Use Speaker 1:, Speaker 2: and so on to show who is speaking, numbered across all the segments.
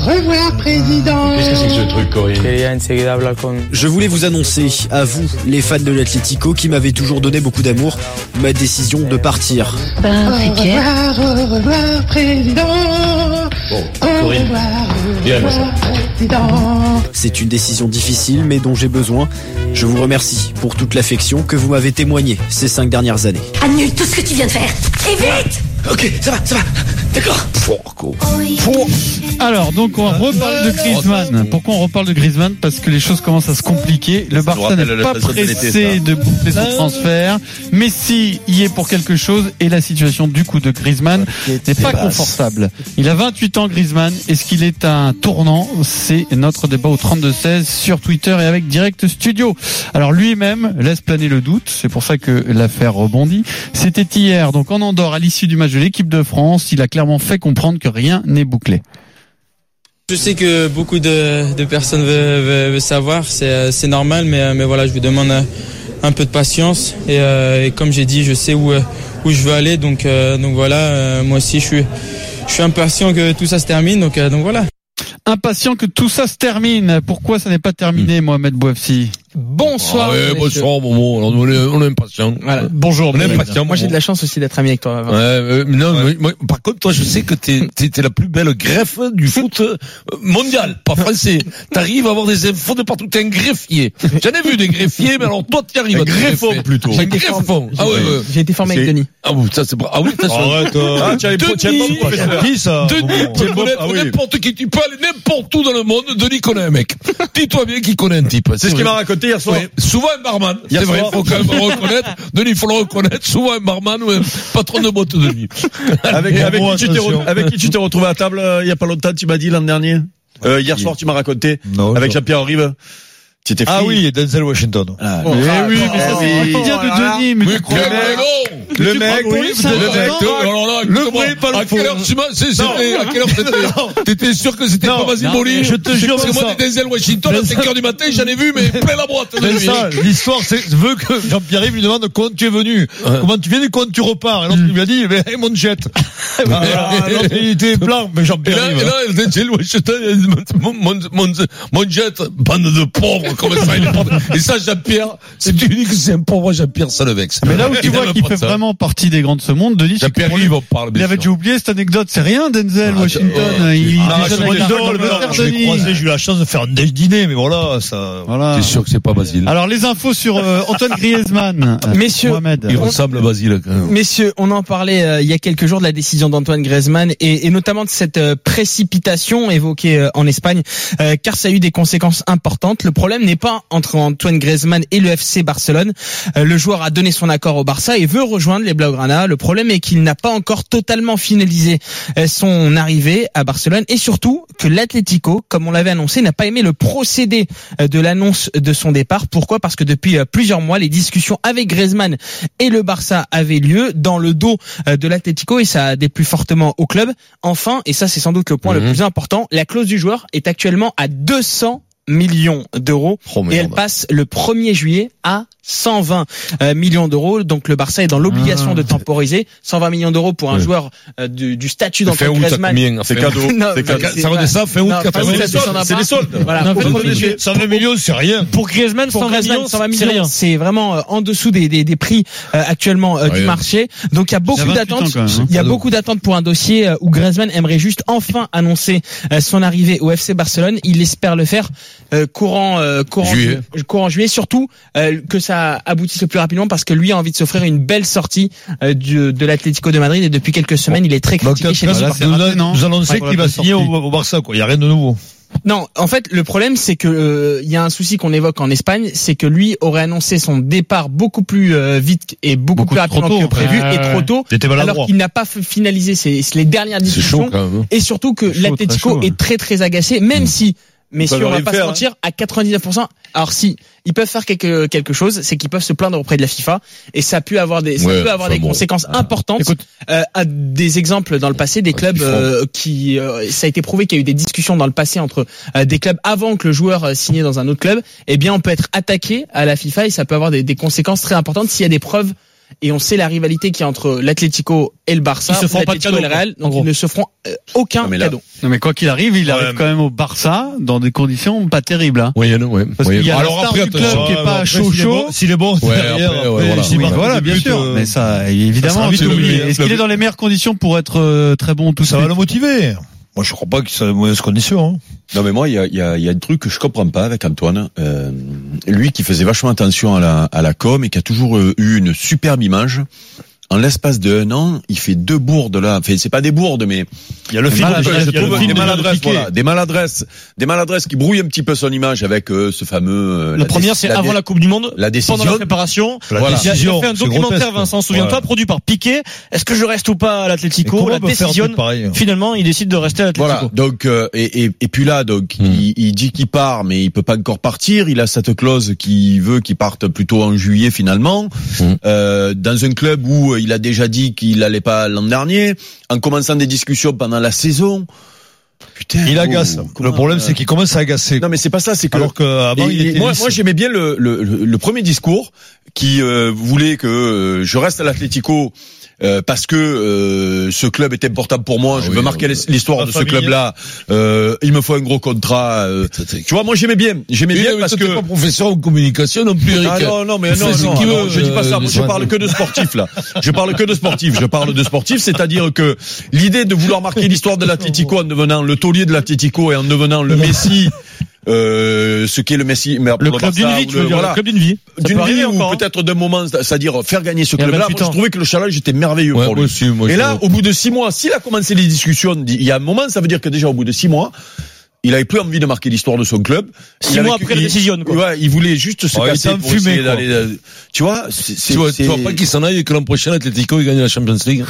Speaker 1: revoir, président.
Speaker 2: Qu'est-ce que c'est que ce truc, Corinne
Speaker 3: Quería enseguida hablar con...
Speaker 4: Je voulais vous annoncer, à vous, les fans de l'Atlético, qui m'avez toujours donné beaucoup d'amour, ma décision de partir.
Speaker 1: Au
Speaker 5: Ben, c'est clair.
Speaker 1: revoir, au revoir, président.
Speaker 2: Bon,
Speaker 1: Au
Speaker 2: Corinne,
Speaker 1: revoir, au
Speaker 2: dis-moi ça.
Speaker 1: revoir, président.
Speaker 4: C'est une décision difficile, mais dont j'ai besoin. Je vous remercie pour toute l'affection que vous m'avez témoignée ces cinq dernières années.
Speaker 5: Annule tout ce que tu viens de faire. Et vite
Speaker 4: Ok, ça va, ça va, d'accord.
Speaker 6: Alors, donc, on reparle de Griezmann. Pourquoi on reparle de Griezmann Parce que les choses commencent à se compliquer. Le Barça
Speaker 7: rappelle
Speaker 6: n'est
Speaker 7: la
Speaker 6: pas
Speaker 7: façon de l'été,
Speaker 6: pressé de boucler son transfert. Messi y est pour quelque chose et la situation du coup de Griezmann n'est pas confortable. Il a 28 ans, Griezmann. Est-ce qu'il est un tournant C'est notre débat au 32-16 sur Twitter et avec Direct Studio. Alors, lui-même laisse planer le doute. C'est pour ça que l'affaire rebondit. C'était hier, donc en Andorre, à l'issue du match de l'équipe de France. Il a clairement fait comprendre que rien n'est bouclé.
Speaker 3: Je sais que beaucoup de, de personnes veulent, veulent- veulent savoir, c'est euh, c'est normal, mais, euh, mais voilà, je vous demande euh, un peu de patience. Et, euh, et comme j'ai dit, je sais où, euh, où je veux aller, donc, euh, donc voilà, euh, moi aussi, je suis, je suis impatient que tout ça se termine, donc, euh, donc voilà.
Speaker 6: impatient que tout ça se termine. Pourquoi ça n'est pas terminé,
Speaker 8: Hmm.
Speaker 6: Mohamed Eh Bouafsi
Speaker 7: Ah
Speaker 9: Bonsoir.
Speaker 7: ouais,
Speaker 9: messieurs.
Speaker 7: bonsoir, Momo. Alors, on est, on est impatient.
Speaker 9: Voilà.
Speaker 6: Bonjour.
Speaker 7: On est
Speaker 6: Mohamed.
Speaker 7: impatient.
Speaker 9: Moi, j'ai de la chance aussi d'être ami avec toi.
Speaker 7: Ouais, euh, mais non, mais moi, par contre, toi, je sais que t'es, t'es, t'es la plus belle greffe du foot euh, mondial, pas français. T'arrives à avoir des infos de partout. T'es un greffier. J'en ai vu des greffiers, mais alors toi, t'y arrives. Un greffon plutôt. Un
Speaker 9: été
Speaker 7: greffon. Ah ouais. ouais.
Speaker 9: J'ai été formé avec
Speaker 7: C'est-
Speaker 9: Denis.
Speaker 7: Ah oui, ça c'est bra- Ah oui, t'as
Speaker 10: Arrête,
Speaker 7: Ah,
Speaker 10: euh,
Speaker 7: tu as les pro- tu as
Speaker 10: Denis,
Speaker 7: pas de professeur.
Speaker 10: Qui ça
Speaker 7: Denis peut
Speaker 10: Bon,
Speaker 7: connaître
Speaker 10: ah oui.
Speaker 7: n'importe qui. Tu peux aller n'importe où dans le monde. Denis connaît un mec. Dis-toi bien qu'il connaît un type.
Speaker 10: C'est ce
Speaker 7: vrai.
Speaker 10: qu'il m'a raconté hier soir.
Speaker 7: Ouais, souvent un barman.
Speaker 10: Hier
Speaker 7: C'est vrai,
Speaker 10: soir.
Speaker 7: faut quand même reconnaître. Denis, il faut le reconnaître. Souvent un barman ou un patron de boîte de nuit.
Speaker 10: Avec, avec,
Speaker 7: Bon,
Speaker 10: qui tu t'es
Speaker 7: attention.
Speaker 10: re- avec qui tu t'es retrouvé à table euh, il y a pas longtemps, tu m'as dit l'an dernier Euh, Hier soir, tu m'as raconté.
Speaker 8: Non,
Speaker 10: Avec
Speaker 8: je-
Speaker 10: Jean-Pierre Rive. Tu étais
Speaker 8: Ah
Speaker 10: fou.
Speaker 8: oui, Denzel Washington.
Speaker 10: Mais
Speaker 7: Ah,
Speaker 6: Eh oui, mais ça
Speaker 10: oh,
Speaker 6: c'est
Speaker 10: oui.
Speaker 6: le quotidien de Denis. Mais
Speaker 7: Mais
Speaker 6: tu
Speaker 7: quel
Speaker 6: crois-
Speaker 7: melon
Speaker 10: Le mec,
Speaker 6: oui,
Speaker 10: oui,
Speaker 6: ça
Speaker 10: le
Speaker 6: va.
Speaker 10: mec.
Speaker 6: Non,
Speaker 7: Toi, alors oh là,
Speaker 10: le
Speaker 7: écoute-moi,
Speaker 10: bruit, pas le
Speaker 7: à quelle
Speaker 10: fond.
Speaker 7: heure tu m'as, c'est-
Speaker 10: Non.
Speaker 7: c'était, à quelle heure c'était, t'étais sûr que c'était
Speaker 10: Non,
Speaker 7: pas Massimoli?
Speaker 10: non, je te jure,
Speaker 7: Parce que
Speaker 10: c'est
Speaker 7: moi,
Speaker 10: ça.
Speaker 7: des Denzel Washington, à 5 heures du matin, j'en ai vu, mais plein la boîte de
Speaker 8: C'est
Speaker 7: nuit.
Speaker 10: ah,
Speaker 8: ça, l'histoire c'est, veut que Jean-Pierre Yves lui demande comment tu es venu, comment tu viens et comment tu repars. Et l'autre il lui a dit, eh, mon jet. Ah, l'autre, il était blanc, mais
Speaker 7: Et là,
Speaker 8: Jean-Pierre
Speaker 7: et
Speaker 8: Yves.
Speaker 7: là,
Speaker 6: hein.
Speaker 7: Denzel Washington, il a dit, mon, mon, mon, mon jet, bande de pauvres, comment ça, il est pauvre. Et ça, Jean-Pierre, si tu dis que c'est un pauvre Jean-Pierre, ça le vexe.
Speaker 6: Mais là où tu
Speaker 7: Il
Speaker 6: vois
Speaker 7: aime
Speaker 6: qu'il
Speaker 7: pas
Speaker 6: fait
Speaker 7: ça.
Speaker 6: vraiment partie des grands de ce monde, Denis, c'est que
Speaker 7: Jean-Pierre,
Speaker 6: pour
Speaker 7: il
Speaker 6: lui,
Speaker 7: va parler,
Speaker 6: il
Speaker 7: bien
Speaker 6: avait
Speaker 7: sûr.
Speaker 6: déjà oublié cette anecdote. C'est rien, Denzel
Speaker 7: Ah,
Speaker 6: Washington.
Speaker 8: oh,
Speaker 7: euh,
Speaker 6: il
Speaker 7: ah,
Speaker 6: est
Speaker 8: c'est
Speaker 6: déjà
Speaker 8: mon
Speaker 6: dans
Speaker 8: idole,
Speaker 6: le
Speaker 8: mais non,
Speaker 6: caractère,
Speaker 8: je l'ai
Speaker 6: Denis.
Speaker 8: croisé, j'ai eu la chance de faire un dîner, mais voilà, ça.
Speaker 6: Voilà.
Speaker 7: T'es sûr que c'est pas Basile?
Speaker 6: Alors les infos sur euh, Antoine Griezmann. Euh,
Speaker 9: Messieurs,
Speaker 6: Mohamed.
Speaker 7: Il ressemble à Basile, quand même.
Speaker 9: Messieurs, on en parlait euh, il y a quelques jours de la décision d'Antoine Griezmann et, et notamment de cette euh, précipitation évoquée euh, en Espagne, euh, car ça a eu des conséquences importantes. Le problème n'est pas entre Antoine Griezmann et le FC Barcelone. Euh, le joueur a donné son accord au Barça et veut rejoindre les Blaugrana. Le problème est qu'il n'a pas encore totalement finalisé euh, son arrivée à Barcelone et surtout que l'Atlético, comme on l'avait annoncé, n'a pas aimé le procédé euh, de l'annonce de son départ. Pourquoi Parce que depuis euh, plusieurs mois, les discussions avec Griezmann et le Barça avaient lieu dans le dos euh, de l'Atlético et ça des plus fortement au club. Enfin, et ça c'est sans doute le point le plus important, la clause du joueur est actuellement à 200 millions d'euros et
Speaker 2: bah.
Speaker 9: elle passe le 1er juillet à 120 euh, millions d'euros. Donc le Barça est dans l'obligation de temporiser. 120 millions d'euros pour un
Speaker 7: Ouais.
Speaker 9: joueur euh, du, du statut
Speaker 7: Fin
Speaker 9: d'Antoine
Speaker 7: août, à
Speaker 9: Griezmann.
Speaker 7: combien?
Speaker 10: C'est
Speaker 7: Fin
Speaker 10: cadeau.
Speaker 9: Non,
Speaker 10: C'est
Speaker 9: mais
Speaker 10: cadeau.
Speaker 9: c'est
Speaker 7: Ça
Speaker 9: vrai.
Speaker 7: redescend fin août,
Speaker 9: Non,
Speaker 7: quatre
Speaker 9: fin août,
Speaker 7: août.
Speaker 9: ça descendra
Speaker 10: Ah, C'est
Speaker 9: pas.
Speaker 10: les soldes.
Speaker 9: Voilà,
Speaker 10: Non,
Speaker 9: au
Speaker 10: faites
Speaker 9: 1er
Speaker 10: pas
Speaker 9: juillet.
Speaker 10: chier.
Speaker 8: 120 millions, c'est rien.
Speaker 9: Pour Griezmann,
Speaker 8: Pour Griezmann,
Speaker 9: 120
Speaker 8: c'est
Speaker 9: millions,
Speaker 8: rien.
Speaker 9: c'est vraiment euh, en dessous des, des, des prix euh, actuellement
Speaker 6: Ah
Speaker 9: euh, du
Speaker 7: Rien.
Speaker 9: marché. Donc il y a beaucoup
Speaker 6: 28 ans,
Speaker 9: d'attentes.
Speaker 6: quand même, hein.
Speaker 9: Il y a
Speaker 7: Pardon.
Speaker 9: beaucoup d'attentes pour un dossier euh, où Griezmann aimerait juste enfin annoncer euh, son arrivée au FC Barcelone. Il espère le faire euh, courant euh, courant
Speaker 7: Juillet.
Speaker 9: courant juillet. Surtout euh, que ça aboutisse le plus rapidement parce que lui a envie de s'offrir une belle sortie euh, du- de l'Atlético de Madrid et depuis quelques semaines il est très
Speaker 8: Donc,
Speaker 9: critiqué chez
Speaker 6: Voilà,
Speaker 9: les
Speaker 6: c'est raté, non
Speaker 8: nous annonçons
Speaker 6: Ouais, pour la
Speaker 8: qu'il va
Speaker 6: sortie.
Speaker 8: signer au, au Barça, quoi. Il n'y a rien de nouveau.
Speaker 9: Non, en fait, le problème, c'est que euh, il y a un souci qu'on évoque en Espagne, c'est que lui aurait annoncé son départ beaucoup plus euh, vite et beaucoup,
Speaker 6: Beaucoup
Speaker 9: plus
Speaker 6: trop
Speaker 9: rapidement
Speaker 6: tôt.
Speaker 9: que prévu
Speaker 6: Ouais,
Speaker 9: et
Speaker 6: ouais.
Speaker 9: trop tôt,
Speaker 8: J'étais
Speaker 9: alors
Speaker 8: maladroit.
Speaker 9: qu'il n'a pas f- finalisé ses, les dernières
Speaker 7: C'est chaud,
Speaker 9: discussions
Speaker 7: quand même. hein.
Speaker 9: et surtout que
Speaker 6: C'est chaud, très chaud,
Speaker 9: l'Atlético
Speaker 6: ouais. Mm.
Speaker 9: est très très agacé, même si. Mais si
Speaker 10: peuvent
Speaker 9: on va
Speaker 10: rien
Speaker 9: pas se
Speaker 10: faire,
Speaker 6: hein.
Speaker 9: mentir, à 99%, alors si ils peuvent faire quelque quelque chose, c'est qu'ils peuvent se plaindre auprès de la FIFA et ça peut avoir des ça
Speaker 7: Ouais,
Speaker 9: peut avoir
Speaker 7: enfin
Speaker 9: des
Speaker 7: bon.
Speaker 9: conséquences importantes.
Speaker 6: Ah. Écoute.
Speaker 9: Euh, à des exemples dans le passé des
Speaker 7: Ouais,
Speaker 9: clubs
Speaker 7: ils font.
Speaker 9: euh, qui euh, ça a été prouvé qu'il y a eu des discussions dans le passé entre euh, des clubs avant que le joueur euh, signe dans un autre club. Eh bien, on peut être attaqué à la FIFA et ça peut avoir des, des conséquences très importantes s'il y a des preuves et on sait la rivalité qu'il y a entre l'Atlético et le Barça,
Speaker 6: Ils se feront pas de
Speaker 9: l'Atlético et le
Speaker 6: cadeau,
Speaker 9: Real,
Speaker 6: en
Speaker 9: donc
Speaker 6: gros.
Speaker 9: ils ne se feront euh, aucun
Speaker 7: Ah, mais là-
Speaker 9: cadeau.
Speaker 6: Non, mais quoi qu'il arrive, il arrive
Speaker 10: Ouais,
Speaker 6: quand même au Barça dans des conditions pas terribles. Hein.
Speaker 7: Oui, non, ouais.
Speaker 6: Parce
Speaker 7: Oui,
Speaker 6: qu'il y a
Speaker 7: alors
Speaker 6: la star
Speaker 7: après,
Speaker 6: du club
Speaker 7: attention.
Speaker 6: qui est pas
Speaker 8: après,
Speaker 6: chaud
Speaker 8: s'il est
Speaker 6: chaud.
Speaker 8: bon- S'il est bon, c'est
Speaker 7: Ouais,
Speaker 8: derrière.
Speaker 7: après, ouais,
Speaker 8: après,
Speaker 7: voilà.
Speaker 8: s'il
Speaker 7: Oui,
Speaker 8: marque
Speaker 7: après,
Speaker 8: le
Speaker 6: Voilà, bien
Speaker 8: but,
Speaker 6: sûr.
Speaker 8: euh,
Speaker 6: Mais ça, évidemment,
Speaker 8: ça sera vite
Speaker 6: c'est
Speaker 8: oublié.
Speaker 6: oublié. est-ce qu'il est dans les meilleures conditions pour être euh, très bon tout
Speaker 8: ça
Speaker 6: de
Speaker 8: va
Speaker 6: suite
Speaker 8: le motiver. Moi, je crois pas que ça ait de mauvaises conditions. hein.
Speaker 2: Non mais moi il y a, il y, a, il y a un truc que je comprends pas avec Antoine. Euh, lui qui faisait vachement attention à la, à la com et qui a toujours euh, eu une superbe image. En l'espace d'un an, il fait deux bourdes là. Enfin, c'est pas des bourdes, mais
Speaker 8: Il y a le
Speaker 6: Mais
Speaker 8: film.
Speaker 6: maladresse,
Speaker 8: je
Speaker 2: je trouve
Speaker 8: trouve,
Speaker 2: des
Speaker 8: de
Speaker 2: maladresses,
Speaker 8: Piqué.
Speaker 2: voilà, des maladresses, des maladresses qui brouillent un petit peu son image avec euh, ce fameux. euh,
Speaker 11: La première,
Speaker 2: dé-
Speaker 11: c'est
Speaker 2: la
Speaker 11: avant
Speaker 2: dé-
Speaker 11: la Coupe du Monde.
Speaker 2: la décision.
Speaker 11: Pendant la préparation,
Speaker 8: La
Speaker 2: Voilà.
Speaker 11: il a, il a
Speaker 8: décision,
Speaker 11: fait un
Speaker 8: c'est
Speaker 11: documentaire,
Speaker 8: grotesque.
Speaker 11: Vincent, souviens-toi,
Speaker 8: Ouais.
Speaker 11: produit par Piqué. Est-ce que je reste ou pas à
Speaker 8: Mais
Speaker 11: l'Atlético
Speaker 8: comment
Speaker 11: La
Speaker 8: on peut faire un truc
Speaker 11: décision,
Speaker 8: pareil
Speaker 11: finalement, il décide de rester à l'Atlético.
Speaker 2: Voilà. Donc euh, et, et et puis là donc
Speaker 8: Hmm.
Speaker 2: il, il dit qu'il part mais il peut pas encore partir. Il a cette clause qui veut qu'il parte plutôt en juillet finalement
Speaker 8: Hmm.
Speaker 7: Mm.
Speaker 2: euh, dans un club où il a déjà dit qu'il allait pas l'an dernier en commençant des discussions pendant la saison. Putain.
Speaker 8: Il
Speaker 2: oh,
Speaker 8: agace.
Speaker 2: comment,
Speaker 8: le problème,
Speaker 2: euh,
Speaker 8: c'est qu'il commence à agacer.
Speaker 2: non mais c'est pas ça. C'est que
Speaker 8: Alors qu'avant,
Speaker 2: et-
Speaker 8: il
Speaker 2: et
Speaker 8: était.
Speaker 2: moi,
Speaker 8: lisse.
Speaker 2: moi j'aimais bien le, le, le- le premier discours qui euh, voulait que euh, je reste à l'Atlético euh, parce que euh, ce club est important pour moi,
Speaker 7: Ah
Speaker 2: je veux marquer l'histoire
Speaker 8: La
Speaker 2: de ce
Speaker 8: famille.
Speaker 2: club-là. Euh, il me faut un gros contrat. euh. tu vois, moi j'aimais bien, j'aimais
Speaker 7: Oui,
Speaker 2: bien
Speaker 7: mais
Speaker 2: parce
Speaker 7: toi,
Speaker 2: que
Speaker 7: t'es pas professeur en communication non plus, Eric.
Speaker 2: ah non, non, mais
Speaker 7: Il
Speaker 2: non,
Speaker 7: fait ce
Speaker 2: non,
Speaker 7: qu'il
Speaker 2: non,
Speaker 7: veut,
Speaker 2: je dis pas
Speaker 7: euh,
Speaker 2: ça.
Speaker 7: les
Speaker 2: Moi, je
Speaker 7: soins.
Speaker 2: parle que de sportifs, là. Je parle que de sportifs. Je parle de sportifs, c'est-à-dire que l'idée de vouloir marquer l'histoire de l'Atlético en devenant le taulier de l'Atlético et en devenant le Messi, euh, ce qu'est le Messi, mais
Speaker 11: Le
Speaker 2: pour
Speaker 11: club
Speaker 2: Barça,
Speaker 11: d'une vie,
Speaker 2: ou
Speaker 11: tu
Speaker 2: le-
Speaker 11: veux dire,
Speaker 2: voilà,
Speaker 11: le club d'une vie. Ça
Speaker 2: d'une
Speaker 11: peut
Speaker 2: vie
Speaker 11: arriver encore,
Speaker 2: ou
Speaker 11: hein.
Speaker 2: peut-être d'un moment, c'est-à-dire faire gagner ce
Speaker 11: y a
Speaker 2: club-là.
Speaker 11: 28
Speaker 2: Moi, Je
Speaker 11: ans.
Speaker 2: trouvais que le challenge était merveilleux
Speaker 7: Ouais,
Speaker 2: pour
Speaker 7: moi
Speaker 2: lui.
Speaker 7: aussi, moi,
Speaker 2: Et
Speaker 7: je-
Speaker 2: là, au bout de six mois, s'il a commencé les discussions, il y a un moment, ça veut dire que déjà au bout de six mois, il avait plus envie de marquer l'histoire de son club.
Speaker 11: Six
Speaker 2: Il
Speaker 11: mois
Speaker 2: avait-
Speaker 11: après la
Speaker 2: il-
Speaker 11: décision, quoi.
Speaker 2: Ouais, il voulait juste se
Speaker 8: Ouais, il
Speaker 2: casser
Speaker 8: était
Speaker 2: pour
Speaker 8: enfumé,
Speaker 2: essayer
Speaker 8: quoi.
Speaker 2: d'aller. euh, Tu vois, c'est- c'est-
Speaker 7: Tu vois, tu
Speaker 2: c'est-
Speaker 7: vois pas qu'il s'en aille et que l'an prochain, l'Atlético, il gagne la Champions League.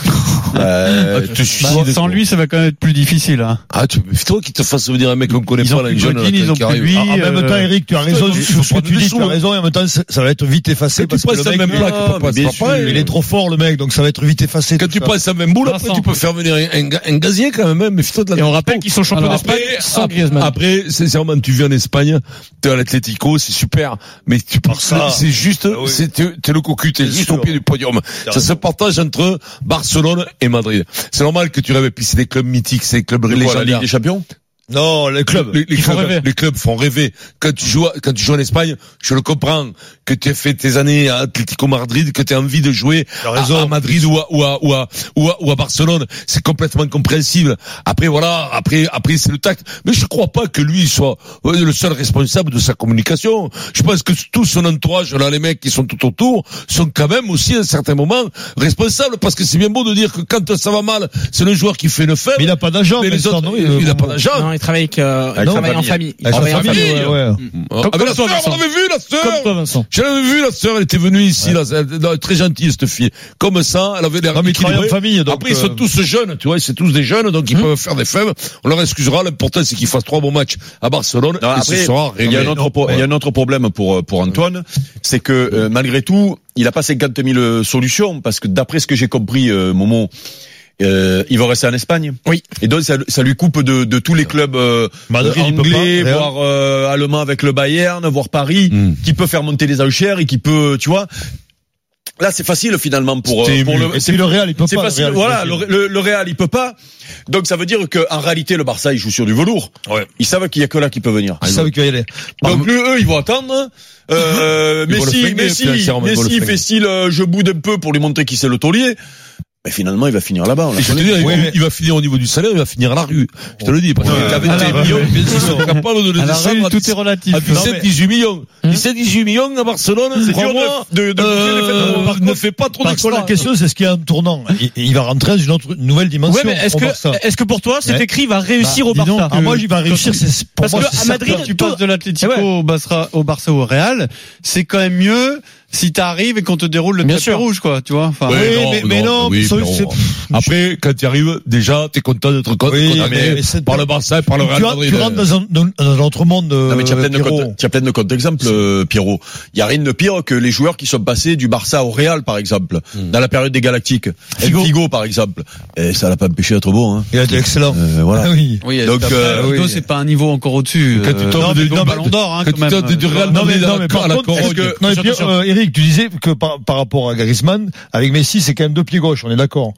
Speaker 2: Euh,
Speaker 7: Ah, tu te
Speaker 6: Sans-
Speaker 7: suicides.
Speaker 6: Sans lui, ça va quand même être plus difficile. Hein.
Speaker 7: Ah, tu, toi qui te fasse venir un mec qu'on connaît
Speaker 6: Ils
Speaker 7: pas,
Speaker 6: ont
Speaker 7: là,
Speaker 6: plus
Speaker 7: une jeune, là,
Speaker 6: Godin, ils ont
Speaker 7: qui arrive.
Speaker 6: plus lui.
Speaker 8: Ah, en même temps,
Speaker 6: euh,
Speaker 8: Eric, tu as raison
Speaker 7: putain,
Speaker 8: sur ce que
Speaker 7: faut
Speaker 8: tu
Speaker 7: prendre
Speaker 8: dis,
Speaker 7: des
Speaker 8: tu as
Speaker 7: sous,
Speaker 8: raison, et en même temps, ça ça va être vite effacé
Speaker 7: Quand tu
Speaker 8: parce que
Speaker 7: passes
Speaker 8: le
Speaker 7: à
Speaker 8: mec,
Speaker 7: même
Speaker 8: il-
Speaker 7: plaque, papa, c'est
Speaker 8: bien
Speaker 7: pas
Speaker 8: sûr,
Speaker 7: pareil.
Speaker 8: il est trop fort, le mec, donc ça va être vite effacé.
Speaker 7: Quand
Speaker 8: tout
Speaker 7: tu
Speaker 8: ça.
Speaker 7: passes à même boule, après,
Speaker 6: Vincent.
Speaker 7: tu peux faire venir un, un, gars- un gazien quand même, hein, mais fais-toi de la
Speaker 11: Et on rappelle qu'ils sont champions
Speaker 6: Alors
Speaker 11: d'Espagne
Speaker 7: après,
Speaker 11: sans
Speaker 7: ap-
Speaker 11: Griezmann.
Speaker 7: Après, sincèrement, tu vis en Espagne, t'es à l'Atlético, c'est super, mais tu
Speaker 8: ça.
Speaker 7: c'est juste,
Speaker 2: Ah
Speaker 8: oui.
Speaker 7: c'est t'es t'es le cocu, t'es
Speaker 8: Bien
Speaker 7: juste
Speaker 8: sûr.
Speaker 7: au pied du podium. Ça se partage entre Barcelone et Madrid. C'est normal que tu rêves, et puis c'est des clubs mythiques, c'est des clubs
Speaker 2: de quoi, la Ligue
Speaker 7: légendaires.
Speaker 2: des Champions
Speaker 8: Non, le club.
Speaker 7: Les, les
Speaker 6: Ils font
Speaker 7: clubs,
Speaker 6: rêver.
Speaker 7: les clubs font rêver. Quand tu joues, quand tu joues en Espagne, je le comprends, que tu as fait tes années à Atlético Madrid, que tu as envie de jouer
Speaker 8: T'as
Speaker 7: à,
Speaker 2: Ah,
Speaker 8: raison.
Speaker 7: à Madrid ou à, ou à, ou à, ou à, ou à Barcelone. C'est complètement compréhensible. Après, voilà, après, après, c'est le tact. Mais je crois pas que lui soit euh, le seul responsable de sa communication. Je pense que tout son entourage, là, les mecs qui sont tout autour, sont quand même aussi, à un certain moment, responsables. Parce que c'est bien beau de dire que quand ça va mal, c'est le joueur qui fait le faible.
Speaker 8: Mais il a pas d'agent,
Speaker 7: mais les
Speaker 8: Vincent,
Speaker 7: autres,
Speaker 8: non,
Speaker 6: euh,
Speaker 7: il il a pas d'agent.
Speaker 9: Non, il travaille avec, euh, il
Speaker 2: Avec sa
Speaker 9: travaille en famille. Il
Speaker 8: Ah,
Speaker 9: travaille
Speaker 8: sa
Speaker 9: en famille.
Speaker 8: famille,
Speaker 7: famille.
Speaker 8: ouais.
Speaker 7: Ah,
Speaker 11: Comme-
Speaker 7: mais
Speaker 11: comme
Speaker 7: la
Speaker 11: toi,
Speaker 7: sœur, on
Speaker 11: Vincent.
Speaker 7: l'avait vu, la
Speaker 11: Comme
Speaker 7: sœur.
Speaker 11: toi, Vincent.
Speaker 7: Je l'avais vu, la sœur, elle était venue ici, là, elle- elle- très gentille, cette fille. Comme ça, elle avait l'air
Speaker 8: Non, mais il travaille en
Speaker 7: équilibrée.
Speaker 8: famille, donc.
Speaker 7: Après, ils sont
Speaker 8: euh,
Speaker 7: tous jeunes, tu vois, c'est tous des jeunes, donc ils peuvent faire des faibles. On leur excusera, l'important c'est qu'ils fassent trois bons matchs à Barcelone,
Speaker 2: Non,
Speaker 7: et
Speaker 2: après,
Speaker 7: ce sera
Speaker 2: Il y a un
Speaker 7: réglé.
Speaker 2: autre, pro- il y a un autre problème pour euh, pour Antoine, c'est que euh, malgré tout, il a pas 50 000 solutions parce que d'après ce que j'ai compris, euh, Momo. euh, il va rester en Espagne.
Speaker 9: Oui.
Speaker 2: Et donc ça, ça lui coupe de, de tous les clubs euh,
Speaker 8: Madrid, il peut
Speaker 2: anglais,
Speaker 8: pas, Real.
Speaker 2: voire euh, allemand avec le Bayern, voire Paris,
Speaker 7: Mm.
Speaker 2: qui peut faire monter les enchères et qui peut, tu vois. Là, c'est facile finalement pour euh,
Speaker 8: t'es
Speaker 2: pour
Speaker 8: ému.
Speaker 2: le.
Speaker 8: Et
Speaker 2: c'est-
Speaker 8: puis le Real, il peut
Speaker 2: C'est
Speaker 8: pas. le
Speaker 2: facile.
Speaker 8: Real,
Speaker 2: voilà,
Speaker 8: c'est
Speaker 2: le,
Speaker 8: facile.
Speaker 2: le, le Real, il peut pas. Donc ça veut dire que en réalité, le Barça, il joue sur du velours.
Speaker 7: Ouais.
Speaker 2: Ils savent qu'il y a que là qui peut venir.
Speaker 7: Ah,
Speaker 8: Ils savent qu'il va y aller.
Speaker 2: Donc lui, eux, ils vont attendre. Euh,
Speaker 7: Ils vont le
Speaker 2: Messi,
Speaker 7: flinguer,
Speaker 2: Messi,
Speaker 7: financièrement, ils vont le
Speaker 2: Messi
Speaker 7: flinguer.
Speaker 2: fait-il euh, je boude un peu pour lui montrer qui c'est le taulier. Mais finalement, il va finir là-bas. on l'a
Speaker 7: Et je te
Speaker 2: connu.
Speaker 7: dis, il-
Speaker 8: Oui, mais-
Speaker 7: il va finir au niveau du salaire, il va finir à la rue. Je te le dis, parce que
Speaker 8: Ouais.
Speaker 7: avec
Speaker 8: Ah,
Speaker 7: tes
Speaker 8: ouais.
Speaker 7: millions,
Speaker 8: Ouais.
Speaker 7: ils sont capables de le
Speaker 6: à la rue,
Speaker 7: descendre Ah, à
Speaker 6: tout est relatif.
Speaker 7: à
Speaker 6: Non, mais-
Speaker 7: 17, 18 millions.
Speaker 8: Hmm.
Speaker 7: 17, 18 millions à Barcelone, c'est Euh,
Speaker 2: dur de- de- de bouger les fesses.
Speaker 8: Par
Speaker 7: ne
Speaker 8: contre-
Speaker 7: fait pas trop
Speaker 8: Par contre, la
Speaker 7: d'extra.
Speaker 8: question, c'est ce qu'il y a en tournant. Il, il va rentrer dans une autre, nouvelle dimension.
Speaker 11: Ouais, mais est-ce
Speaker 8: pour
Speaker 11: que,
Speaker 8: Barça.
Speaker 11: est-ce que pour toi, cet
Speaker 8: Ouais.
Speaker 11: écrit va réussir
Speaker 6: Bah,
Speaker 11: au
Speaker 6: dis donc,
Speaker 11: Barça?
Speaker 8: Ah, moi, il va réussir, c'est, pour
Speaker 11: Parce
Speaker 8: moi,
Speaker 11: que
Speaker 8: c'est
Speaker 11: à
Speaker 8: certain.
Speaker 11: Madrid,
Speaker 6: tu passes de l'Atlético
Speaker 11: Ouais.
Speaker 6: au, Barça, au Barça ou au Real, c'est quand même mieux si t'arrives et qu'on te déroule le
Speaker 11: Bien
Speaker 6: tapis
Speaker 11: sûr.
Speaker 6: rouge, quoi, tu vois. Enfin,
Speaker 7: Oui,
Speaker 8: Oui, mais- mais non,
Speaker 7: oui,
Speaker 8: ça,
Speaker 7: mais
Speaker 8: c'est-
Speaker 7: bon. Après, quand tu arrives, déjà, t'es content d'être content,
Speaker 8: Oui,
Speaker 7: condamné
Speaker 8: mais c'est-
Speaker 7: par le Barça et par le Real
Speaker 8: tu,
Speaker 7: Madrid. euh,
Speaker 8: tu rentres dans un, dans, dans un autre monde. euh,
Speaker 2: Non, mais
Speaker 12: Euh,
Speaker 2: tu as plein de
Speaker 8: Pierrot.
Speaker 2: comptes- tu as plein de comptes d'exemples, euh, Pierrot. Il y a rien de pire que les joueurs qui sont passés du Barça au Real, par exemple, dans la période des Galactiques. El Figo, par exemple. Et ça l'a pas empêché d'être bon. Hein.
Speaker 8: Il a été excellent.
Speaker 2: Euh, voilà.
Speaker 8: Ah oui.
Speaker 6: oui,
Speaker 2: Donc,
Speaker 6: après,
Speaker 2: euh,
Speaker 6: Figo,
Speaker 8: oui.
Speaker 6: c'est pas un niveau encore au-dessus.
Speaker 7: Quand tu
Speaker 6: Euh,
Speaker 7: tombes
Speaker 6: non,
Speaker 7: des-
Speaker 6: mais
Speaker 7: non,
Speaker 6: Ballon d'Or, hein,
Speaker 7: quand
Speaker 6: quand
Speaker 7: tu
Speaker 6: même.
Speaker 7: tombes du Real
Speaker 8: Non mais
Speaker 7: Madrid à
Speaker 8: non
Speaker 7: la-
Speaker 8: mais
Speaker 7: à
Speaker 8: par
Speaker 7: la
Speaker 8: contre,
Speaker 7: Corogne.
Speaker 8: est-ce que- non, et puis, euh, Eric, Eric, tu disais que par, par rapport à Griezmann, avec Messi, c'est quand même deux pieds gauche, on est d'accord.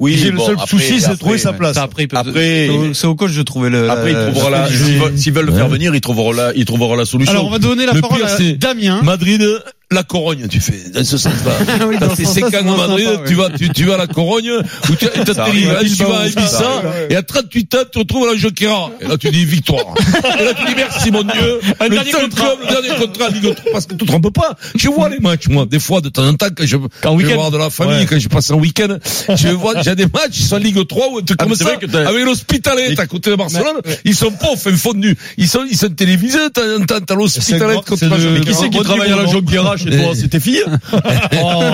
Speaker 10: Oui,
Speaker 8: J'ai le
Speaker 10: bon,
Speaker 8: seul
Speaker 10: après-
Speaker 8: souci, c'est de
Speaker 10: après,
Speaker 8: trouver sa
Speaker 10: ouais.
Speaker 8: place.
Speaker 10: Ça, après, il peut- Après- c'est au- c'est au
Speaker 8: coach de trouver
Speaker 6: Euh,
Speaker 10: le- Après, il la- trouvera la- la- s'ils veulent- s'ils veulent le faire venir,
Speaker 2: il trouvera la, il trouvera la solution.
Speaker 6: Alors, on va donner la
Speaker 7: Le
Speaker 6: parole
Speaker 7: pire,
Speaker 6: à
Speaker 7: c'est
Speaker 8: hein
Speaker 6: Damien.
Speaker 7: Madrid, la Corogne, tu fais, dans ce sens-là.
Speaker 6: Ah Oui, dans
Speaker 7: T'as
Speaker 6: ce
Speaker 7: tes
Speaker 6: sens-là,
Speaker 7: séquences
Speaker 6: c'est
Speaker 7: de
Speaker 6: moins
Speaker 7: Madrid,
Speaker 6: sympa,
Speaker 7: tu
Speaker 6: ouais.
Speaker 7: vas, tu, tu vas à la Corogne, où tu, t'as-
Speaker 6: Ça
Speaker 7: t'as-
Speaker 6: arrive, à
Speaker 7: tu vas à
Speaker 6: Bilbao, ça
Speaker 7: Ibiza,
Speaker 6: arrive, ouais.
Speaker 7: et à 38 ans, tu te retrouves à la Joquera. Et là, tu dis victoire. Et là, tu dis merci, mon Dieu.
Speaker 11: Un
Speaker 7: le
Speaker 11: dernier
Speaker 7: seul
Speaker 11: contrat.
Speaker 7: club, le dernier contrat, Ligue 3, parce que tu te trompes pas. Je vois les matchs, moi, des fois, de temps en temps, quand je, quand je vais
Speaker 11: week-end.
Speaker 7: voir de la famille,
Speaker 11: Ouais.
Speaker 7: quand je passe un week-end, je vois, j'ai des matchs, ils sont en Ligue 3 ou un truc
Speaker 10: Ah,
Speaker 7: comme
Speaker 10: mais c'est
Speaker 7: ça,
Speaker 10: vrai que t'as-
Speaker 7: avec l'hospitalet, à côté de Barcelone, ils sont pas au fin fond du, ils sont, ils sont télévisés, de temps en temps, t'as l'hospitalet
Speaker 10: grand-
Speaker 7: contre
Speaker 10: c'est le-
Speaker 7: Mais qui c'est qui
Speaker 10: Rodrigo
Speaker 7: travaille à la
Speaker 10: Gourmand.
Speaker 7: Jonquera chez toi, c'est tes filles?
Speaker 8: Oh.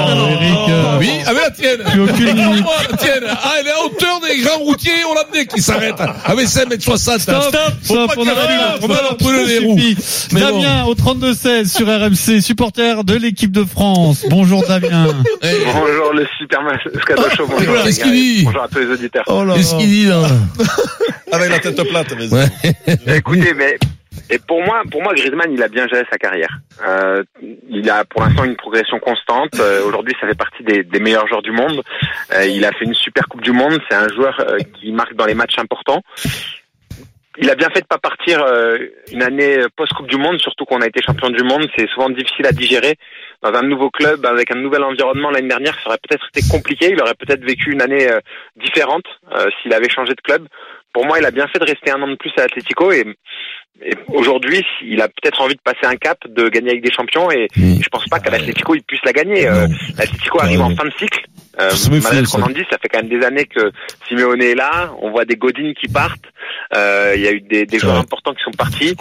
Speaker 7: Oui, avec la tienne.
Speaker 6: aucune
Speaker 7: Et
Speaker 6: limite.
Speaker 7: moi, la tienne. Ah, elle est à hauteur des grands routiers hollandais qui Ah, s'arrêtent. Avec 5m60. Stop, Faut
Speaker 6: stop,
Speaker 7: pas
Speaker 6: on
Speaker 7: qu'elle
Speaker 6: arrête,
Speaker 7: allume, faut
Speaker 6: stop,
Speaker 7: pas leur brûler les
Speaker 6: ça
Speaker 7: roues.
Speaker 6: suffit.
Speaker 7: Mais bon.
Speaker 6: Damien, au 32-16 sur RMC, supporter de l'équipe de France. Bonjour Damien.
Speaker 12: Bonjour le Superman Scado Show, bonjour
Speaker 6: Oula,
Speaker 12: les
Speaker 6: qu'est-ce
Speaker 12: gars,
Speaker 6: qu'il dit
Speaker 12: bonjour à tous les auditeurs.
Speaker 7: Qu'est-ce qu'il dit, là?
Speaker 10: Avec la tête plate, vas-y.
Speaker 12: Écoutez, mais et pour moi, pour moi, Griezmann, il a bien géré sa carrière. Euh, il a pour l'instant une progression constante. Euh, Aujourd'hui, ça fait partie des, des meilleurs joueurs du monde. Euh, il a fait une super Coupe du Monde. C'est un joueur euh, qui marque dans les matchs importants. Il a bien fait de pas partir euh, une année post Coupe du Monde, surtout qu'on a été champion du monde. C'est souvent difficile à digérer dans un nouveau club avec un nouvel environnement. L'année dernière, ça aurait peut-être été compliqué. Il aurait peut-être vécu une année euh, différente euh, s'il avait changé de club. Pour moi, il a bien fait de rester un an de plus à Atlético et, et aujourd'hui, il a peut-être envie de passer un cap, de gagner avec des champions et je pense pas qu'à
Speaker 8: Euh,
Speaker 12: l'Atlético, il puisse la gagner. Euh, L'Atlético arrive en fin de cycle. Euh,
Speaker 7: Ça me
Speaker 12: malgré
Speaker 7: fait,
Speaker 12: ce qu'on
Speaker 7: ça.
Speaker 12: en dit, ça fait quand même des années que Simeone est là. On voit des Godin qui partent. Euh, Il y a eu des, des joueurs importants qui sont partis.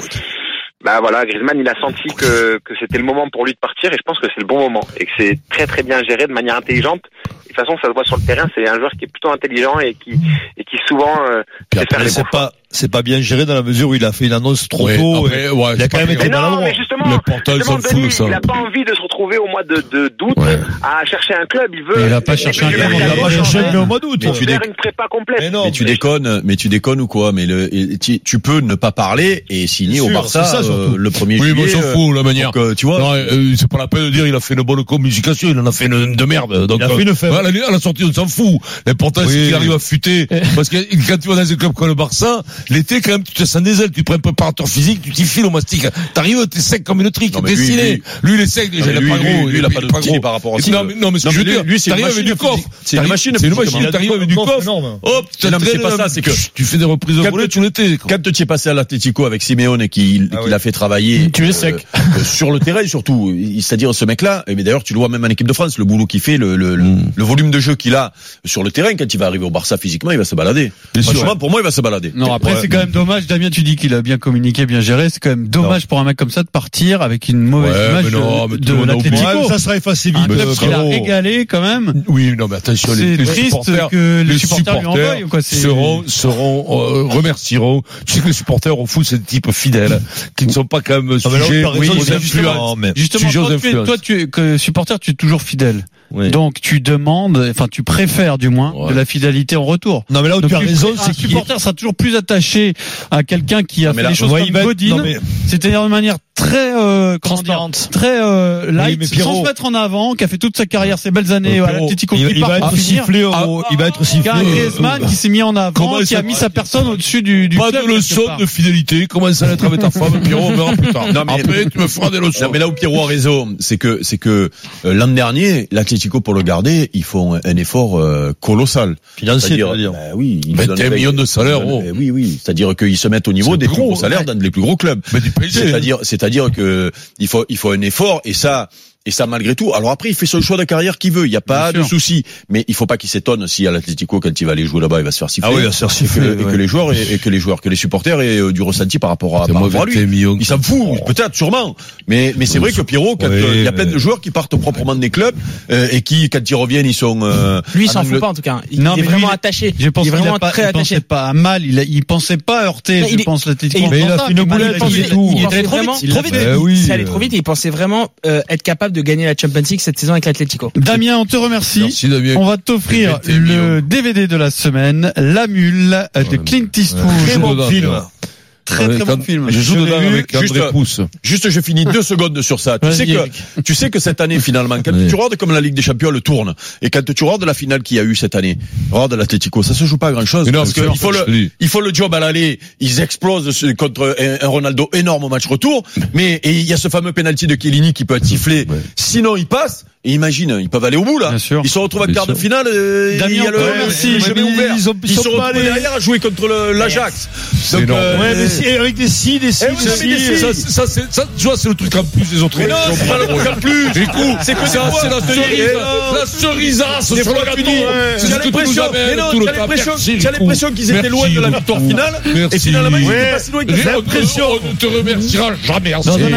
Speaker 12: Bah voilà, Griezmann, il a senti que, que c'était le moment pour lui de partir et je pense que c'est le bon moment et que c'est très très bien géré de manière intelligente. Et De toute façon, ça se voit sur le terrain. C'est un joueur qui est plutôt intelligent et qui et qui souvent euh,
Speaker 8: Puis
Speaker 12: sait
Speaker 8: après,
Speaker 12: faire les bons
Speaker 8: c'est pas, c'est pas bien géré dans la mesure où il a fait une annonce trop
Speaker 7: Ouais,
Speaker 8: tôt.
Speaker 7: après,
Speaker 8: et
Speaker 7: ouais,
Speaker 8: il a
Speaker 7: c'est
Speaker 8: quand
Speaker 7: pas
Speaker 8: même
Speaker 7: bien.
Speaker 8: été
Speaker 12: Mais non,
Speaker 8: maladroit.
Speaker 12: mais justement,
Speaker 7: Le portail
Speaker 12: justement,
Speaker 7: s'en fout,
Speaker 12: Denis,
Speaker 7: ça.
Speaker 12: il n'a pas envie de se retrouver au mois de, de- d'août à chercher un club. Il veut.
Speaker 2: Mais il a pas cherché un club,
Speaker 12: veut
Speaker 2: il a
Speaker 12: faire
Speaker 2: pas
Speaker 12: des
Speaker 2: cherché un
Speaker 12: choses,
Speaker 2: club au mois d'août.
Speaker 12: pour
Speaker 2: Mais tu
Speaker 12: faire
Speaker 2: dé-
Speaker 12: une prépa complète.
Speaker 2: mais tu déconnes, mais tu déconnes ou quoi Mais le, et tu, tu peux ne pas parler et signer
Speaker 7: Sûr,
Speaker 2: au Barça
Speaker 7: c'est ça,
Speaker 2: euh,
Speaker 7: surtout.
Speaker 2: le premier
Speaker 7: Oui, mais on
Speaker 2: juillet,
Speaker 7: s'en
Speaker 2: euh,
Speaker 7: fout, la manière.
Speaker 2: donc, euh, tu vois
Speaker 7: Non, euh, c'est pas la peine de dire il a fait une bonne communication, il en a fait une de merde. Donc,
Speaker 8: Il a fait
Speaker 7: euh,
Speaker 8: une fête.
Speaker 7: voilà, lui, à la sortie, on s'en fout. L'important,
Speaker 8: Oui.
Speaker 7: c'est qu'il arrive à futer. Parce que quand tu vas dans un club comme le Barça, l'été, quand même, tu te sens des ailes, tu prends un préparateur physique, tu t'y files au mastic. T'arrives, t'es sec comme une trique,
Speaker 2: Non, mais
Speaker 7: t'es
Speaker 2: lui,
Speaker 7: stylé.
Speaker 2: lui-
Speaker 7: Lui, il est sec,
Speaker 2: Non,
Speaker 7: déjà,
Speaker 2: mais
Speaker 7: il est
Speaker 2: lui,
Speaker 7: pas
Speaker 2: lui,
Speaker 7: gros.
Speaker 2: lui, il a pas de petit par rapport à ça.
Speaker 7: Non, mais, non, mais ce
Speaker 2: Non,
Speaker 7: que je
Speaker 2: mais
Speaker 7: veux
Speaker 2: lui-
Speaker 7: dire,
Speaker 2: lui, c'est une
Speaker 7: t'arrives avec
Speaker 2: machine
Speaker 7: du coffre.
Speaker 2: physique. C'est une
Speaker 7: T'arrives-
Speaker 2: machine
Speaker 7: C'est une
Speaker 2: physique,
Speaker 7: machine,
Speaker 2: mais
Speaker 7: t'arrives avec du
Speaker 2: coffre
Speaker 7: coffre.
Speaker 2: énorme.
Speaker 7: Hop, tu
Speaker 2: Mais non, mais Oh, c'est pas ça, c'est que-
Speaker 7: tu fais des reprises de
Speaker 2: Quand
Speaker 7: volée,
Speaker 2: tu-
Speaker 7: tu l'étais. quoi.
Speaker 2: Quand tu es passé à l'Atletico avec Simeone qui, qui l'a fait travailler
Speaker 7: Tu es
Speaker 2: euh,
Speaker 7: sec.
Speaker 2: euh, sur le terrain surtout, il- c'est-à-dire ce mec-là, et mais d'ailleurs tu le vois même en équipe de France, le boulot qu'il fait, le, le, le-
Speaker 7: Mm.
Speaker 2: le volume de jeu qu'il a sur le terrain, quand il va arriver au Barça physiquement, il va se balader.
Speaker 7: Bien sûr.
Speaker 2: Franchement, pour moi, il va se balader.
Speaker 6: Non, après,
Speaker 2: Ouais.
Speaker 6: c'est quand même dommage. Damien, tu dis qu'il a bien communiqué, bien géré. C'est quand même dommage pour un mec comme ça de partir avec une mauvaise
Speaker 7: Ouais,
Speaker 6: image
Speaker 7: mais
Speaker 12: Ah,
Speaker 7: non,
Speaker 6: de, Ah,
Speaker 7: mais tout
Speaker 6: de
Speaker 7: le monde a oublié.
Speaker 6: l'Atlético.
Speaker 7: Ouais,
Speaker 8: Ça sera effacé vite.
Speaker 6: Un club
Speaker 8: euh,
Speaker 6: qui l'a
Speaker 8: frérot.
Speaker 6: régalé quand même.
Speaker 7: Oui, non, mais attention, les,
Speaker 6: C'est
Speaker 7: les
Speaker 6: triste
Speaker 7: supporters,
Speaker 6: que les supporters lui en veuillent, quoi, c'est-
Speaker 7: seront, seront euh, remercieront. Tu sais que les supporters au foot, c'est des types fidèles qui ne sont pas quand même
Speaker 8: Ah, mais là,
Speaker 7: sujets
Speaker 8: t'as raison,
Speaker 7: aux
Speaker 8: mais
Speaker 7: influences.
Speaker 8: justement, mais-
Speaker 6: Justement,
Speaker 7: Sujets aux
Speaker 6: toi, tu es,
Speaker 7: influences.
Speaker 6: toi, tu es- que supporter, tu es toujours fidèle. Donc, tu demandes, enfin, tu préfères du moins de la fidélité en retour.
Speaker 8: Non, mais là où
Speaker 6: Donc,
Speaker 8: tu as raison,
Speaker 6: un
Speaker 8: c'est qu'il-
Speaker 6: supporter sera toujours plus attaché à quelqu'un qui a
Speaker 8: Non, mais
Speaker 6: fait
Speaker 8: là,
Speaker 6: les choses
Speaker 8: ouais,
Speaker 6: comme
Speaker 8: il va être-
Speaker 6: Godin,
Speaker 8: non, mais-
Speaker 6: c'est-à-dire de manière très euh, transparente, très euh, light,
Speaker 8: mais Pierrot-
Speaker 6: sans se mettre en avant, qui a fait toute sa carrière, ses belles années
Speaker 8: Euh,
Speaker 6: à
Speaker 8: Pierrot,
Speaker 6: l'Atletico,
Speaker 8: il-
Speaker 6: qui
Speaker 8: il
Speaker 6: part
Speaker 8: va
Speaker 6: pour
Speaker 8: être
Speaker 6: finir.
Speaker 8: sifflé au- il va être sifflé
Speaker 6: Qu'un
Speaker 8: au-
Speaker 6: Griezmann qui s'est mis en avant,
Speaker 8: Comment
Speaker 6: qui a
Speaker 8: ça-
Speaker 6: mis sa personne au-dessus du, du
Speaker 7: Pas
Speaker 6: club,
Speaker 7: de leçons
Speaker 6: quelque part.
Speaker 7: de fidélité. Commence à être avec ta femme, Pierrot, on verra plus tard.
Speaker 2: Non, mais-
Speaker 7: Après, tu me feras des leçons.
Speaker 2: Non, mais là où Pierrot a raison, c'est que c'est que euh, l'an dernier, l'Atlético pour le garder, ils font un effort euh, colossal.
Speaker 8: Financier,
Speaker 2: C'est-à-dire,
Speaker 8: tu veux dire.
Speaker 2: bah oui, ils
Speaker 7: 21
Speaker 2: donnent-
Speaker 7: millions de salaires,
Speaker 2: ils
Speaker 7: oh.
Speaker 2: donnent- eh oui, oui. C'est-à-dire qu'ils se mettent au niveau
Speaker 7: C'est
Speaker 2: des
Speaker 7: plus
Speaker 2: plus gros
Speaker 7: gros,
Speaker 2: salaires dans les plus gros clubs.
Speaker 7: Mais du PSG.
Speaker 2: C'est-à-dire, c'est-à-dire que il faut il faut un effort et ça. Et ça malgré tout. Alors après, il fait son choix de carrière qu'il veut. Il n'y a pas
Speaker 6: Bien
Speaker 2: de
Speaker 6: sûr.
Speaker 2: souci. Mais il faut pas qu'il s'étonne si à l'Atlético, quand il va aller jouer là-bas, il va se faire siffler.
Speaker 8: Ah oui, il va se faire
Speaker 2: Et que-
Speaker 8: siffler,
Speaker 2: Et que,
Speaker 8: ouais.
Speaker 2: les joueurs, et, et que les joueurs, que les supporters aient euh, du ressenti par rapport à,
Speaker 7: C'est
Speaker 6: bah,
Speaker 2: par
Speaker 7: moi,
Speaker 2: rapport à lui.
Speaker 7: 21 millions.
Speaker 2: Il s'en
Speaker 9: oh.
Speaker 2: fout, peut-être, sûrement. Mais, mais c'est vrai que Pierrot, quand,
Speaker 8: Oui,
Speaker 2: euh, il y a
Speaker 8: mais-
Speaker 2: plein de joueurs qui partent proprement des clubs euh, et qui, quand ils reviennent, ils sont. Euh,
Speaker 9: Lui, il
Speaker 2: en
Speaker 9: s'en fout
Speaker 2: Angleterre.
Speaker 9: pas en tout cas. Il
Speaker 6: Non,
Speaker 9: est
Speaker 6: mais lui,
Speaker 9: vraiment
Speaker 6: il est-
Speaker 9: attaché.
Speaker 6: Je pense
Speaker 9: il est
Speaker 6: qu'il
Speaker 9: vraiment
Speaker 6: a pas,
Speaker 9: très
Speaker 6: il pensait
Speaker 9: attaché.
Speaker 6: pas à mal, il, a- il pensait pas heurter,
Speaker 9: Mais
Speaker 6: je
Speaker 9: il est-
Speaker 6: pense,
Speaker 9: Et
Speaker 6: l'Atlético.
Speaker 9: il
Speaker 8: il a
Speaker 9: pensait-
Speaker 8: fait une boulette,
Speaker 9: il pensait-
Speaker 8: il est tout.
Speaker 9: Il
Speaker 8: Il
Speaker 9: pensait
Speaker 8: était
Speaker 9: trop vite.
Speaker 8: il
Speaker 9: trop
Speaker 8: l'a
Speaker 9: vite.
Speaker 8: fait. Eh oui.
Speaker 9: Ça allait trop vite. et Il pensait vraiment euh, être capable de gagner la Champions League cette saison avec l'Atlético.
Speaker 6: Damien, on te remercie.
Speaker 7: Merci, Damien.
Speaker 6: On va t'offrir
Speaker 7: C'était
Speaker 6: le DVD de la semaine, La Mule de Clint Eastwood.
Speaker 7: Très bon film.
Speaker 10: Très
Speaker 7: Avec
Speaker 10: très bon
Speaker 7: An-
Speaker 10: film.
Speaker 7: Je joue
Speaker 10: l'ai
Speaker 7: dedans
Speaker 10: vu.
Speaker 7: avec André
Speaker 2: juste,
Speaker 7: Pousse.
Speaker 2: juste, je finis deux secondes sur ça. Tu
Speaker 7: Vas-y,
Speaker 2: sais
Speaker 7: Eric.
Speaker 2: que, tu sais que cette année, finalement, quand tu regardes comme la Ligue des Champions le tourne, et quand tu regardes la finale qu'il y a eu cette année, regarde l'Atletico, ça se joue pas grand chose.
Speaker 7: Énorme,
Speaker 2: Parce que
Speaker 7: c'est
Speaker 2: il faut
Speaker 7: énorme,
Speaker 2: le, il faut le job à l'aller, ils explosent ce- contre un, un Ronaldo énorme au match retour, mais, et il y a ce fameux penalty de Chiellini qui peut être sifflé. Sinon, il passe, et imagine, ils peuvent aller au bout, là. Ils se retrouvent en
Speaker 7: Bien
Speaker 2: quart de
Speaker 7: sûr.
Speaker 2: finale, euh,
Speaker 7: Damien,
Speaker 2: il y a le,
Speaker 7: ouais,
Speaker 2: le
Speaker 7: merci.
Speaker 2: chemin
Speaker 7: Mais
Speaker 2: ouvert.
Speaker 7: ils ont-
Speaker 2: Ils
Speaker 7: sont
Speaker 2: se
Speaker 7: pas
Speaker 2: retrouvent
Speaker 7: allés-
Speaker 2: derrière à jouer contre le- l'Ajax.
Speaker 7: C'est
Speaker 2: Donc,
Speaker 7: énorme.
Speaker 2: euh,
Speaker 7: Ouais, mais si,
Speaker 8: Eric, des si, des si,
Speaker 2: Eh oui, mais des si.
Speaker 7: Ça, c'est- ça, c'est- ça, tu vois, c'est le truc en plus des autres.
Speaker 2: Mais non, c'est pas le truc en plus.
Speaker 7: Du coup,
Speaker 2: C'est que des
Speaker 7: ça,
Speaker 2: fois,
Speaker 7: c'est la
Speaker 2: tu
Speaker 7: cerise,
Speaker 2: dis, eh non.
Speaker 7: la cerisasse
Speaker 2: Des
Speaker 7: sur
Speaker 2: fois,
Speaker 7: le
Speaker 2: tu
Speaker 7: gâteau.
Speaker 2: dis,
Speaker 7: C'est
Speaker 2: t'as
Speaker 7: ce que tu nous
Speaker 2: l'impression-
Speaker 7: amènes
Speaker 2: mais non,
Speaker 7: tout le
Speaker 2: t'as
Speaker 7: temps.
Speaker 2: l'impression-
Speaker 7: Merci,
Speaker 2: t'as l'impression
Speaker 7: Rico.
Speaker 2: qu'ils étaient loin de la
Speaker 7: Merci,
Speaker 2: victoire
Speaker 7: Rico.
Speaker 2: finale, et
Speaker 7: Merci.
Speaker 2: finalement, ils étaient
Speaker 7: Ouais.
Speaker 2: pas si loin que ça.
Speaker 7: L'impression, on ne te remerciera jamais
Speaker 6: Non,
Speaker 7: assez.
Speaker 6: non, non.